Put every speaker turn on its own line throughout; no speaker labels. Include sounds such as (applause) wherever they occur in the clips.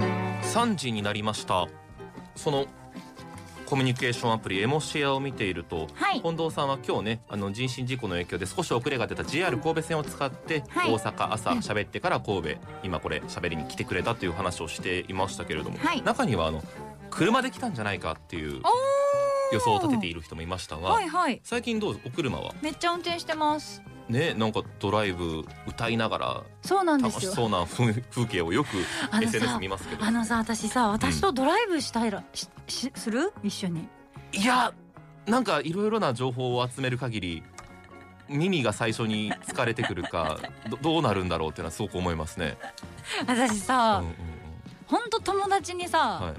3時になりましたそのコミュニケーションアプリエモシェアを見ていると、
はい
近藤さんは今日ねあの人身事故の影響で少し遅れが出た JR 神戸線を使って
はい
大阪朝喋ってから神戸、今これ喋りに来てくれたという話をしていましたけれども、
はい
中にはあの車で来たんじゃないかっていう予想を立てている人もいましたが、
はいはい
最近どうお車は
めっちゃ運転してます
ねなんかドライブ歌いながら
そうなんで
楽
す
し
よ
そうな風 (laughs) 風景をよく
あのさ
SNS 見ますけど
あのさ私さ私とドライブしたいら、ししする一緒に
いやなんかいろいろな情報を集める限り耳が最初に疲れてくる
(laughs)
かどどうなるんだろうっていうのはすごく思いますね。
私
うんう
さ、
んうん
ほんと友達にさ、
はい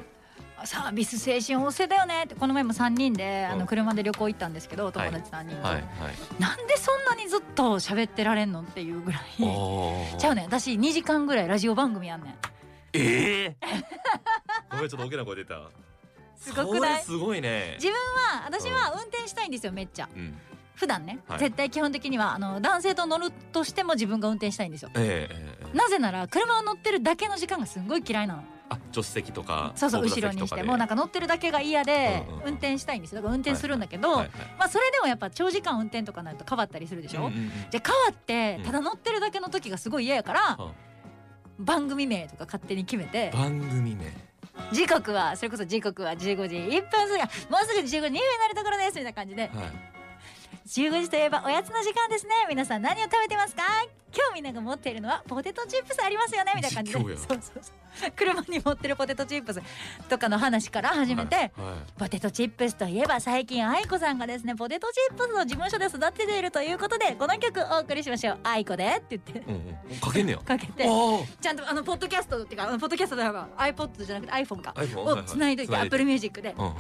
サービス精神旺盛だよねってこの前も3人で、
うん
あの車で旅行行ったんですけど友達3人と、
はいはい。
なんでそんなにずっと喋ってられんのっていうぐらい
おー
ちゃうねん私2時間ぐらいラジオ番組やんねん
え
(laughs)
えごめんちょっと大きな声出た。
すごくない
それすごいね。
自分は私は運転したいんですよめっちゃ
うん。
普段ね、
はい
絶対基本的にはあの男性と乗るとしても自分が運転したいんですよ
ええええええ
なぜなら車を乗ってるだけの時間がすんごい嫌いなの
あ助手席とか
そうそう
後
後
部座
ろ
席と
にし
か
て
で
もうなんか乗ってるだけが嫌で
うんうんうん
運転したいんですよだから運転するんだけ
は
ど
いはい
まあそれでもやっぱ長時間運転とかになると変わったりするでし
う
ょ、
んうんうん
じゃあ変わ
う
っ
ん
てただ乗ってるだけの時がすごい嫌やから、
は
番組名とか勝手に決めて
番組名。
時刻はそれこそ時刻は15時1分過ぎあもうすぐ15時2分になるところですみたいな感じで
はい。
15時といえばおやつの時間ですね皆さん何を食べてますか今日みんなが持っているのはポテトチップスありますよねみたいな感じで
実況や
そうそうそう車に持ってるポテトチップスとかの話から始めて、
はいはい
ポテトチップスといえば最近愛子さんがですねポテトチップスを事務所で育てているということでこの曲お送りしましょう愛子でって言っ
う
て
んうん。かけんねや。
かけて
おお。
ちゃんとあのポッドキャストっていうかあのポッドキャストでは iPod じゃなくて iPhone か
iPhone
をつないといて
はは
Apple Music で
うんうん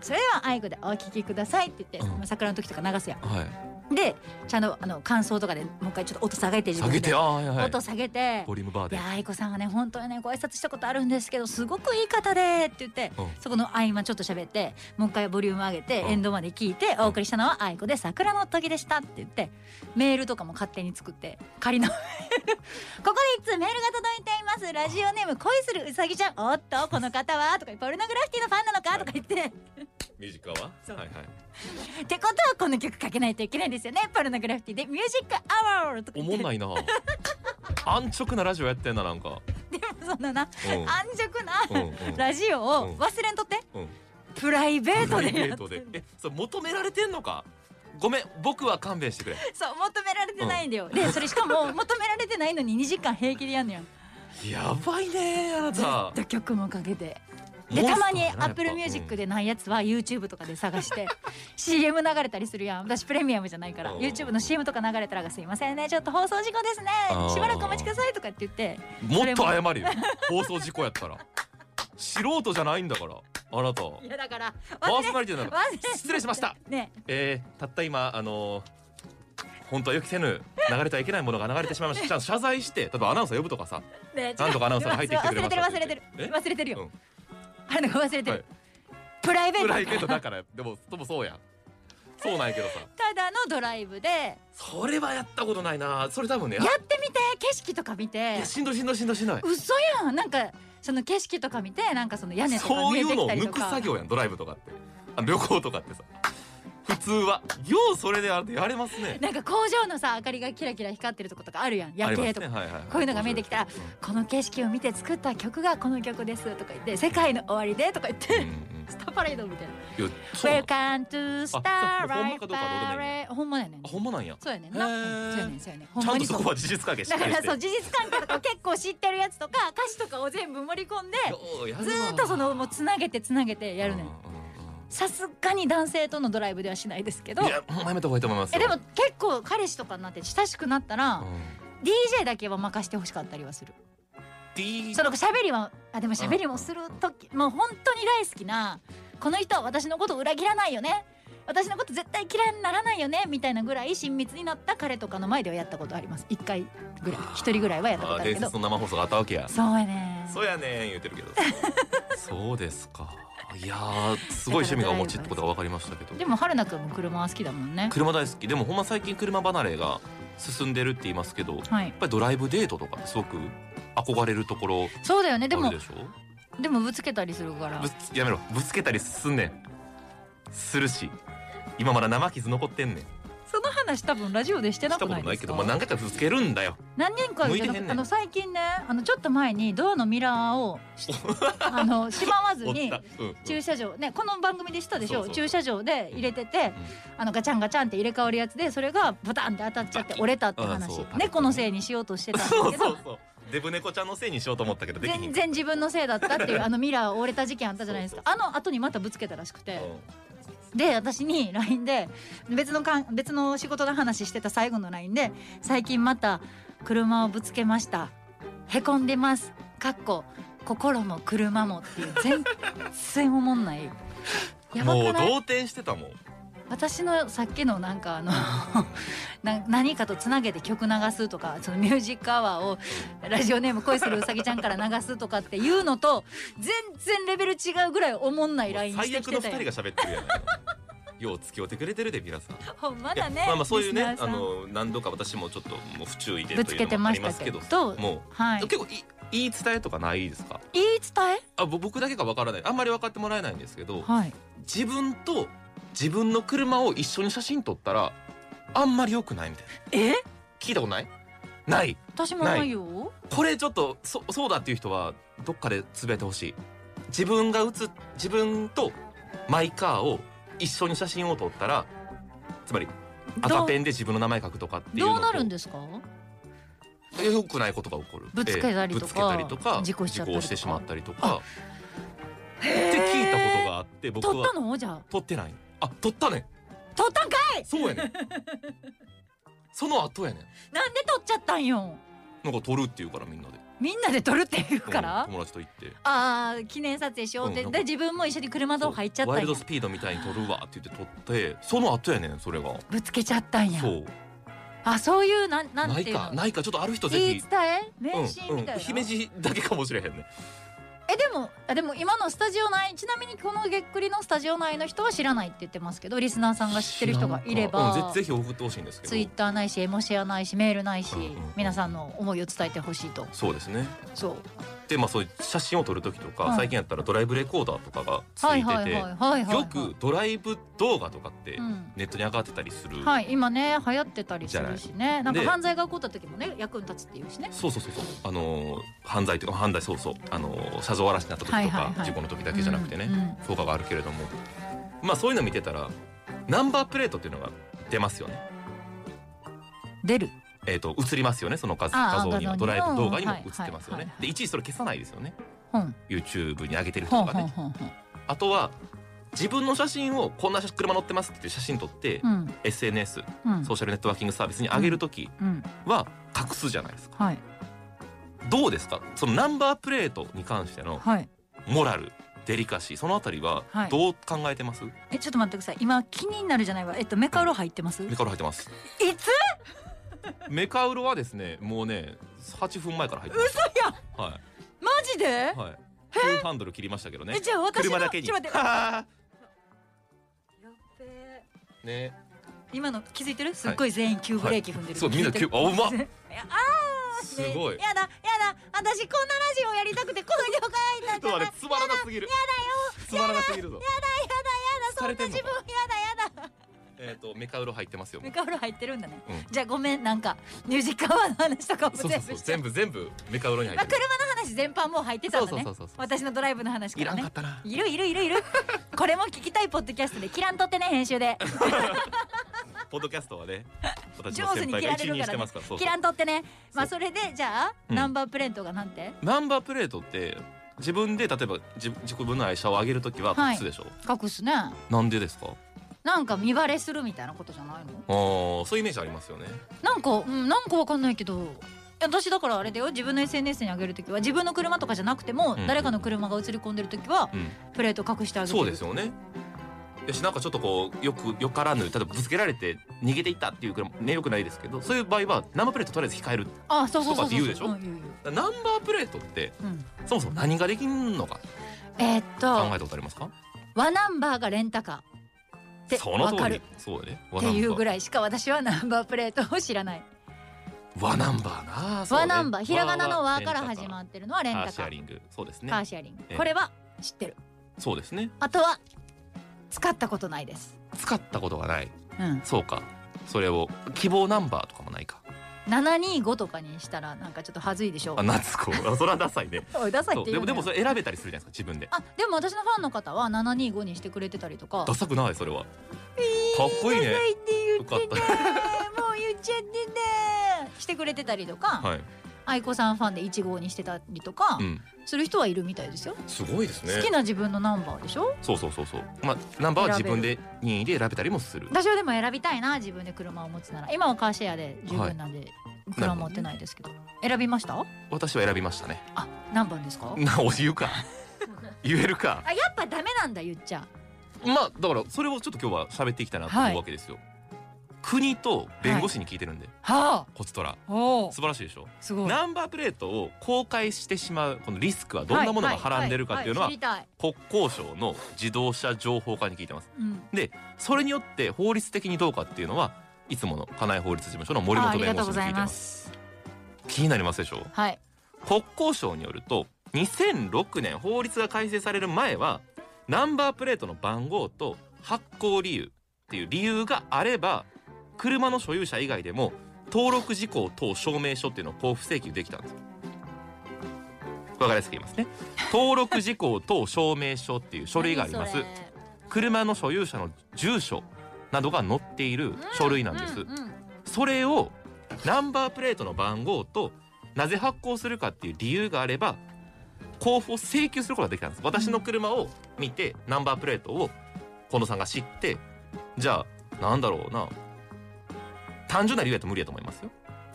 それでは愛子でお聴きくださいって言って
うん
まあ桜の時とか流すや
うん。はい。
んでちゃんとあの感想とかでもう一回ちょっと音下げて自
下
分で
げてあーはいはい
音下げて
ボリュームバー
い
で
や愛子さんはね本当にねご挨拶したことあるんですけどすごくいい方でって言って、
うん
そこの合間ちょっと喋ってもう一回ボリューム上げて、
うん
エンドまで聞いてお送りしたのは愛子で桜の時でしたって言ってメールとかも勝手に作って
(laughs)
仮のここで一通メールが届いていますラジオネーム恋するうさぎちゃんおっとこの方はとかポルノグラフィティのファンなのかとか言って、
ミュージックアワーはいはい
ってことはこの曲かけないといけないですよねポルノグラフィティでミュージックアワーとか
お
言
も
っ
ん
て (laughs)
ないな安直なラジオやってんななんか
でもそんなな
うん
安直な、
うんうん
ラジオを忘れんとって、
うん
プライベートで
デ
やって
で
る
えそれ求められてんのかごめん僕は勘弁してくれ
(laughs) そう求められてないんだよ、でそれしかも求められてないのに2時間平気でやんのよ
やばいねあな
ず
た
っと曲もかけてで
モンスター
たまに
やなやっぱ
Apple Music でないやつは YouTube とかで探して
(laughs)
CM 流れたりするやん私プレミアムじゃないから
うん
YouTube の CM とか流れたら「すいませんねちょっと放送事故ですね
あー
しばらくお待ちください」とかって言って
うんもっと謝るよ放送事故やったら素人じゃないんだからあなた
いやだから
パ
忘
ー
れ
ソナリティなのか
忘れ
失礼しました
ね
えー、たった今あのー本当は予期せぬ流れてはいけないものが流れてしまいました。ちゃんと謝罪して、例えばアナウンサー呼ぶとかさ、
ね
なんとかアナウンサーが入ってきてくれました
忘れてる忘れてる
え
忘れてるよ、
うん
あれなんか忘れてる、
はい
プライベート
プ
だ
ライ
から
ベートだからでもでもそうやんそうなんやけどさ
ただのドライブでや
それはやったことないなそれ多分ね
ってみて景色とか見
い
て
やしんどいしんどいしんどいしんどい
嘘やんなんかその景色とか見てなんかその屋根とか
そう
見
い
えて
うの
き
を
たり
抜
と
く
か
作業やんドライブとかってあの旅行とかってさ普通はようそれであれやれますね
なんか工場のさ明かりがキラキラ光ってるとことかあるやん夜景とか、
ありますねはいはいはい
こういうのが見えてきたらこの景色を見て作った曲がこの曲ですとか言って「世界の終わりで」とか言っ
うん
て、
うんうん
スターパレードみたいな
いや
「
そうなんあ
Welcome to
そう
Starlight
これほんまかどうかはどうでもいい
Parade」ほんまやねん
ほんまなんや
そうやねんな
へ
う
ー
んそうやねんそうやねんほん
ちゃ
ま
んと
に
そ
そう
こは事実関係しっ
だ
か
か
り
ら
して
そう事実関係とか結構知ってるやつとか歌詞とかを全部盛り込んで
ようやるわ
ずーっとそのもうつなげてつなげてやるね
うんんうん
さすがに男性とのドライブではしないですけど
うんいやほんまやめた方がいいと思いますよ
えでも結構彼氏とかになって親しくなったら
うん
DJ だけは任してほしかったりはする
D
その喋りはあでも喋りもする時もう本当に大好きなこの人は私のこと裏切らないよね私のこと絶対嫌いにならないよねみたいなぐらい親密になった彼とかの前ではやったことあります一回ぐらい一人ぐらいはやったこ
あ
とある
伝
けど
説の生放送があったわけや
そうやね
そうやねん言うて
(laughs)
るけどそうですかいやーすごい趣味がお持ちってことが分かりましたけど
でも春菜くんも車は好きだもんね
車大好きでもほんま最近車離れが進んでるって言いますけどやっ
はい
ぱりドライブデートとかすごく憧れるところ
そうだよね
あ
でも
るでしょ
でもぶつけたりするから
ぶつやめろぶつけたりすんねんするし今まだ生傷残ってんねんし
その話多分ラジオでして
た
な
こ
く
と
ない
な
で
い
す
け
か
ど、まあ、何回かぶつけるんだよ
何年か
向い
じ
て
ゃ
へんね
な
ん
くあの最近ねあのちょっと前にドアのミラーを
(laughs)
しあのしまわず
おっ
に
た、うんうん
駐車場ねこの番組でしたでし
そ
ょ
うそう
駐車場で入れてて、あのガチャンガチャンって入れ替わるやつでそれがブタンって当たっちゃって
バキッ
折れたって
あ
話
そう
猫のせいにしようとしてたんです
(laughs) そう
け
そ
ど
うそうデブ猫ちゃんのせいにしようと思ったけどできひん
全然自分のせいだったっていう
(laughs)
あのミラー折れた事件あったじゃないですかあの後にまたぶつけたらしくてで私に LINE で別のかん別の仕事の話してた最後の LINE で「最近また車をぶつけましたへこんでます」かっこ「心も車も」っていう全然おもんない
うん
やば
も
く
う
ない
動転してたもん
私のさっきのなんかあの (laughs) な何かとつなげて曲流すとかそのミュージックアワーをラジオネーム恋するうさぎちゃんから流すとかっていうのと全然レベル違うぐらいおもんない LINE し
最
て
悪
きて
の
た
二人
よ
が喋ってるやんよう付き合ってくれてるで皆さん
ほんまだ
い
ね
やまあまあそういう
リスナ
ね
ーさ
あ
ん
の何度か私もちょっともう不注意で
ぶつけてましたけど
というのもありますけども
は
う
い
結構いいい伝えとかないですか
言い伝え
あぼ僕だけかわからないあんまり分かってもらえないんですけど
はい
自分と自分の車を一緒に写真撮ったらあんまり良くないみたいな
え
聞いたことないない
私もないよ
これちょっとそそうだっていう人はどっかでつぶやいてほしい自分が写っ自分とマイカーを一緒に写真を撮ったらつまり赤
どう
ペンで自分の名前書くとかっていうの
どう
と
なるんですか
良くないことが起こる
ぶつけたりとか
ぶつけたりとか
事故しちゃったりとか
事してしまったりとかって聞いたことがあって僕
取っ
は
たのじゃあ
撮ってないあ撮ったね
取ったんかい
そうやねん (laughs) その後やねん
なんで取っちゃったんよ
なんか撮るって言うからみんなで
みんなで取るって言うから、
うん友達と行って
あー記念撮影しようって、
うん
で自分も一緒に車の入っちゃった
ワイ
ん
ル
や
ドスピードみたいに撮るわって言って撮ってその後やねんそれが
ぶつけちゃったんや
そう
あそういうなんな
なんい
ていう
か
の
ないかちょっとある人ぜ
言い
ひ
伝え名シーンみたいな、
姫路だけかもしれへんね
えでもあでも今のスタジオ内ちなみにこのげっくりのスタジオ内の人は知らないって言ってますけどリスナーさんが知ってる人がいれば
知らんかうん、ぜぜひ送ってほしいんですけど
ツイッターないしエモシェアないしメールないし、
うんうんうん
皆さんの思いを伝えてほしいと
そうですね
そう
でまあそういう写真を撮る時とか、
はい
最近やったらドライブレコーダーとかがつ
はいい
てて、
はいはいはいはい
よくドライブ動画とかって
うん
ネットに上がってたりする、
はい今ね流行ってたりするしねなんか
で
犯罪が起こった時もね役に立つっていうしね
そうそうそうそうあのー犯罪とか犯罪そうそうあのー車上荒らしになった時とか、
はいはいはい
事故の時だけじゃなくてね、
うんうん
効果があるけれどもまあそういうの見てたらナンバープレートっていうのが出ますよね
出る
えー、と映りますよねその画
ああ
画像には
画像に
ドライブ動画にも
うんはい
映ってますよ
はいはい
ね
はい
でいちいちそれ消さないですよね
ほん
YouTube に上げてる人
ほん
とか
ほん
ね
ほんほん
あとは自分の写真をこんな写車乗ってますって言って写真撮って、
うん
SNS
うん
ソーシャルネットワーキングサービスに上げる時
うん
は隠すじゃないですか
はい
どうですかそのナンバープレートに関しての
はい
モラルデリカシーそのあたりは
はい
どう考えてます、
えちょっと待ってください今気になるじゃないわえっとメカウロ入ってますい
メカウロ入ってます
つ
メカウロはですねもうね8分前から入ってます嘘やは
マジで
いはい急ハンドル切りましたけどね
えじゃあ私の
車だけに
ちょっと待って
(laughs) は
やっべえ
ーね
今の気づいてるすっごい全員急ブレーキ踏んでる、
そうみんな
気づいてる
急あうまっ
(laughs) いやあー
すごい
やだやだ私こんなラジオやりたくてこの業界にな
ち
っ
ょっと
た
あ
ら
れ
やだ
つまらなすぎるつまらなすぎるぞ
やだやだそんな
疲れてんの
自
か
分やだやだ
えっとメカウロ入ってますよ
メカウロ入ってるんだね、
うん
じゃあごめんなんかミュージックアワーの話とかも
そう
全
そう
部
そう
しちゃう
全部全部メカウロに入
ま
っ
あ
て
車
る
の話全般もう入ってたのね
そうそうそうそう
私のドライブの話か
いら
ら
ん
ね
かったない
るいるいる
(laughs)
いるこれも聞きたいポッドキャストでキランとってね編集で
ポッドキャストはね私
上
の
手
先
に
輩
切
が
ら
一
れ
任して
るから
ま
ね
すからそうそ
キ
う
ランとってねまあそれでじゃあ、
うん
ナンバープレートがなんて
ナンバープレートって自分で例えば自自分の愛車を上げるときは
はい
隠すでしょ、
隠すね
なんでですか
なんか見バレするみたいなことじゃないの
あーそういうイメージありますよね
なんか、うん、なんかわかんないけどいや私だからあれだよ自分の SNS に上げるときは自分の車とかじゃなくても、
うん
誰かの車が映り込んでるときは
うん
プレート隠してあげる
そうです
よ
よねよしなんかちょっとこうよくよからぬ例えばぶつけられて逃げていったっていうくらいねよくないですけどそういう場合はナンバープレートとりあえず控えるだか
あそうそうそ
とかっ
うそう
て言うでしょ
ん言う言う
らナンバープレートって
うん
そもそも何ができんのか
えーっ
考え
と
たことありますか
和ナンバーがレンタカーって
その
わか
通
る
りそうやね
っていうぐ
らい
らいしか私はナンバープレートを知らない
和ナンバーなそうね
和ナンバーひらがなの和から始ま
っ
ってるのはレン
カ
タカ
ー
ー
シェアリングそうですね
カーシェアリング、
ええ
これは知ってる
そうですね
あとは使ったことないです
使ったことがない
うん
そうかそれを希望ナンバーとかもないか
725とかにしたらなんかちょっとはずいでしょ
あ夏子あそれはダサい
(laughs)
ね
おいダサい
そ
っ
う
て
で
言
も
う
で
の
も
よ
それ選べたりするじゃないですか自分で
あでも私のファンの方は725にしてくれてたりとか
ダサくないそれはかっこいいね
ダサいって言
よ
っ
かって
ねもう言っちゃってねしてくれてたりとか、
はい
愛子さんファンで15にしてたりとか
うん
する人はいるみたいですよ、
すごいです
好きな自分のナンバーでしょ
そうそうそうそうまあナンバーは自分で任意で選べたりもする
私はでも選びたいな自分で車を持つなら今はカーシェアで十分なんで、車持ってないですけど選びました
私は選びましたね
あ何番ですか
なお言
(laughs)
うか言えるか
あやっぱダメなんだ言っちゃ
まあだからそれをちょっと今日は喋っていきたいなと
は
思
いう
わけですよ、国と弁護士に聞いてるんで、
は
こちとら
あおお
素晴らしいでしょ
すごい
ナンバープレートを公開してしまうこのリスクはどんなものがはらんでるかっていうのは
知りたい、
国交省の自動車情報課に聞いてます
うん、
それによって法律的にどうかっていうのはいつもの家内法律事務所の森
ああ
本
り
弁
が
護
とう
士
ご
に聞いて
ざい
ま
ますす
気になりますでしょう
はい
国交省によると2006年法律が改正される前はナンバープレートの番号と発行理由っていう理由があれば車の所有者以外でも登録事項等証明書っていうのを交付請求できたんですよ。わかりやすく言いますね。登録事項等証明書っていう書類があります
何。それ
車の所有者の住所などが載っている書類なんです。
うううん
それをナンバープレートの番号となぜ発行するかっていう理由があれば交付を請求することができたんです私の車を見てナンバープレートを近藤さんが知ってじゃあなんだろうな単純な理由やと無理やと思いますよ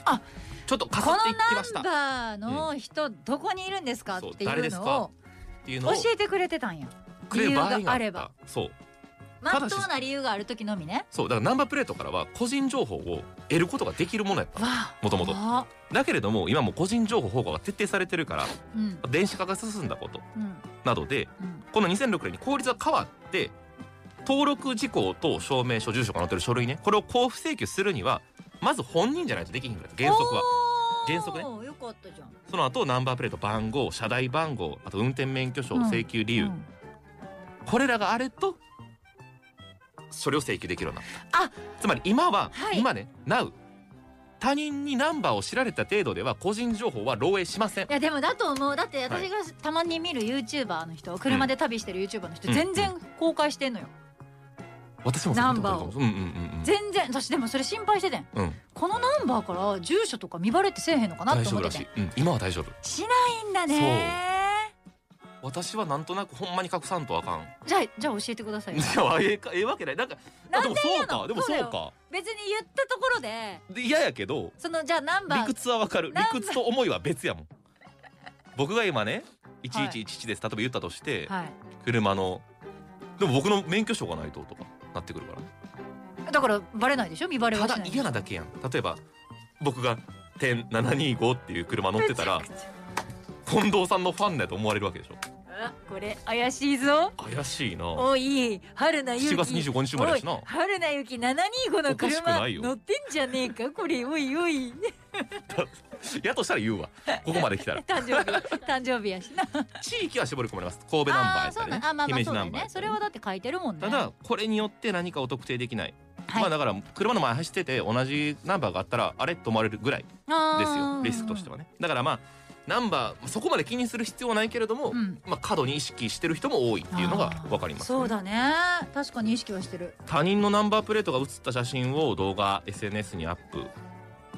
あ
ちょっとかす
こ
ってい
の
きましたっ
ナンバーの人どこにいるんですかっ
そう
て
誰
いう
です
の
か
を
ていうの
教
を
えてくれてたんや
くれる場合
理由が
があ
あ
れ
れ
ば
ば
そう
ま
た
っ
だし
とうな理由がある時のみね
そうだからナンバープレートからは個人情報を得ることができるものやった
わ
もともと
あ
だけれども今もう個人情報保護が徹底されてるから
うん
電子化が進んだこと
うん
などで
うん
この2006年に法律が変わって登録事項と証明書住所が載ってる書類ねこれを交付請求するにはまず本人じゃないとできひんくらい原則は
おー
原則ね
よかったじゃん
その後ナンバープレート番号車台番号あと運転免許証
うん
請求理由、
うん
これらがあるとそれを請求できるようになった
あ
つまり今は、
はい
今ね Now 他人にナンバーを知られた程度では個人情報は漏洩しません
いやでもだと思うだって
は
私
い
がたまに見る YouTuber の人車で旅してる YouTuber の人
うん
全然公開してんのよ
私も
ナンバー
う
を
んうんうんうん
全然私でもそれ心配しててん
うん
このナンバーから住所とか見バレってせえへんのかな
大
と
丈
思
夫
っ
ら
て
しい
て、
うん、今は大丈夫
しないんだね
私はなんとなくほんまに隠さんとあかん
じゃあじゃあ教えてく (laughs) ださいよ
いやええかええわけないなんかあでもそう
な
かで
んで
も
嫌なの
そうか
別に言ったところで
で嫌やけど
そのじゃあナンバ
理
ー
屈はわかる
ナン
理
バー
屈と思いは別やもん僕が今ね1111です例えば言ったとして、
はい
車のでも僕の免許証がないととかなってくるか
だからバレないでしょ見バレ
ら
は
た
しない
だ嫌なだけやん例えば僕が点725っていう車乗ってたら
めちゃくちゃ
近藤さんのファンだと思われるわけでしょ
(laughs) あこれ怪しいぞ
怪しいな
おい春菜ゆき
7月25日生まれやしな
おい春菜ゆき725の
おかしくな
車
いよ
乗ってんじゃねえかこれおいおい (laughs)
(laughs) やとしたら言うわここまで来たら
誕生日誕生日やしな
地域は絞り込まれます神戸ナンバー
あ
や
あ
っ
そ
た
う
り
なん
ね
あまあまあ
姫
そ
路
う
ナ
だ
ン
よ
バーや
ね
った
そ
りね
れはだって書いてるもんね
ただこれによって何かを特定できない、
はい
まあだから車の前走ってて同じナンバーがあったらあれと思われるぐらいですよリスクとして
は
はねだからまあナンバーそこまで気にする必要はないけれども、
うん
まあ過度に意識してる人も多いっていうのが分かります、ね、
そうだね確かに意識はしてる
他人のナンバープレートが写った写真を動画 SNS にアップ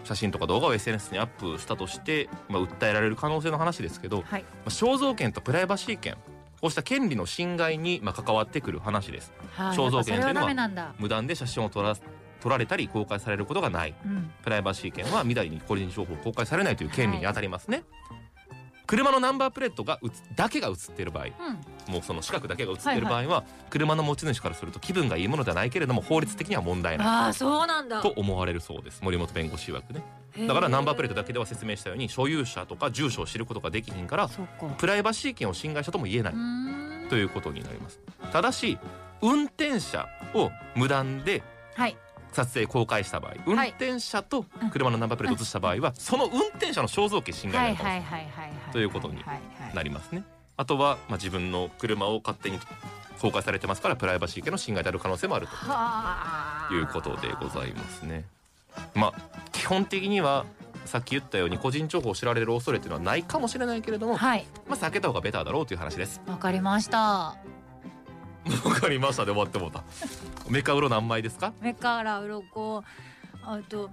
写真とか動画を SNS にアップしたとして、まあ、訴えられる可能性の話ですけど、
はい
まあ肖像権とプライバシー権こうした権利の侵害にまあ関わってくる話です
はい
肖像権とい
やっぱそれ
う
は
のは
ダメなんだ
無断で写真を撮ら撮られたり公開されることがない
うん
プライバシー権は未来に個人情報を公開されないという権利に当たりますね、車のナンバープレートがうつだけが写っている場合
うん
もうその四角だけが写っている場合は、車の持ち主からすると気分がいいものではないけれども法律的には問題ない
ああそうなんだ
と思われるそうです森本弁護士曰くね
へえ
だからナンバープレートだけでは説明したように所有者とか住所を知ることができひんから
そうか
プライバシー権を侵害したとも言えないう
ーん
ということになりますただし運転者を無断で
はい
撮影公開した場合運
はい
転者と車のナンバープレート移した場合はその運転者の肖像権侵
は
害
い
になる可能性
はいはいはいはい。
ということに
はいはい
なりますね。あとは、まあ、自分の車を勝手に公開されてますからプライバシー系の侵害である可能性もある
は
ということでござ
い
いますね。まあ基本的にはさっき言ったように個人情報を知られる恐れというのはないかもしれないけれども、
はい、
まあ、避けた方がベターだろうという話です。
わかりました。
わかりましたで終わってもうた。メカウロ何枚ですか
目から鱗あと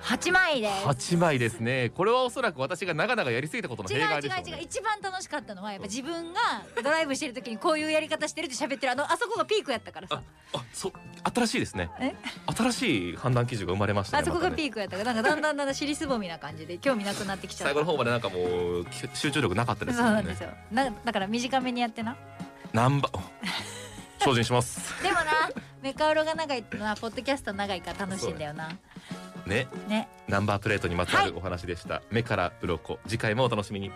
八枚です。
八枚ですね。これはおそらく私が長々やりすぎたことの
違う違
弊害でしょう
う違う
ね。
一番楽しかったのはやっぱ自分がドライブしてる時にこういうやり方してるって喋ってるあのあそこがピークやったからさ
あ、そう新しいですね
え。新
新しい判断基準が生まれましたね。
あそこ
またね
がピークやったからなんかだんだんだんだん尻すぼみな感じで興味なくなってきちゃっ
最
た
後の方までなんかもうき集中力なかったです
そう
よ
なんで
ね
す。よなだから短めにやってな
ナンバー精進し
(laughs)
ます。
でもなメカオロが長いってのはポッドキャスト長いから楽しいんだよな
ね、
ね
ナンバープレートにまつわるお話でした。目から鱗次回もお楽しみに。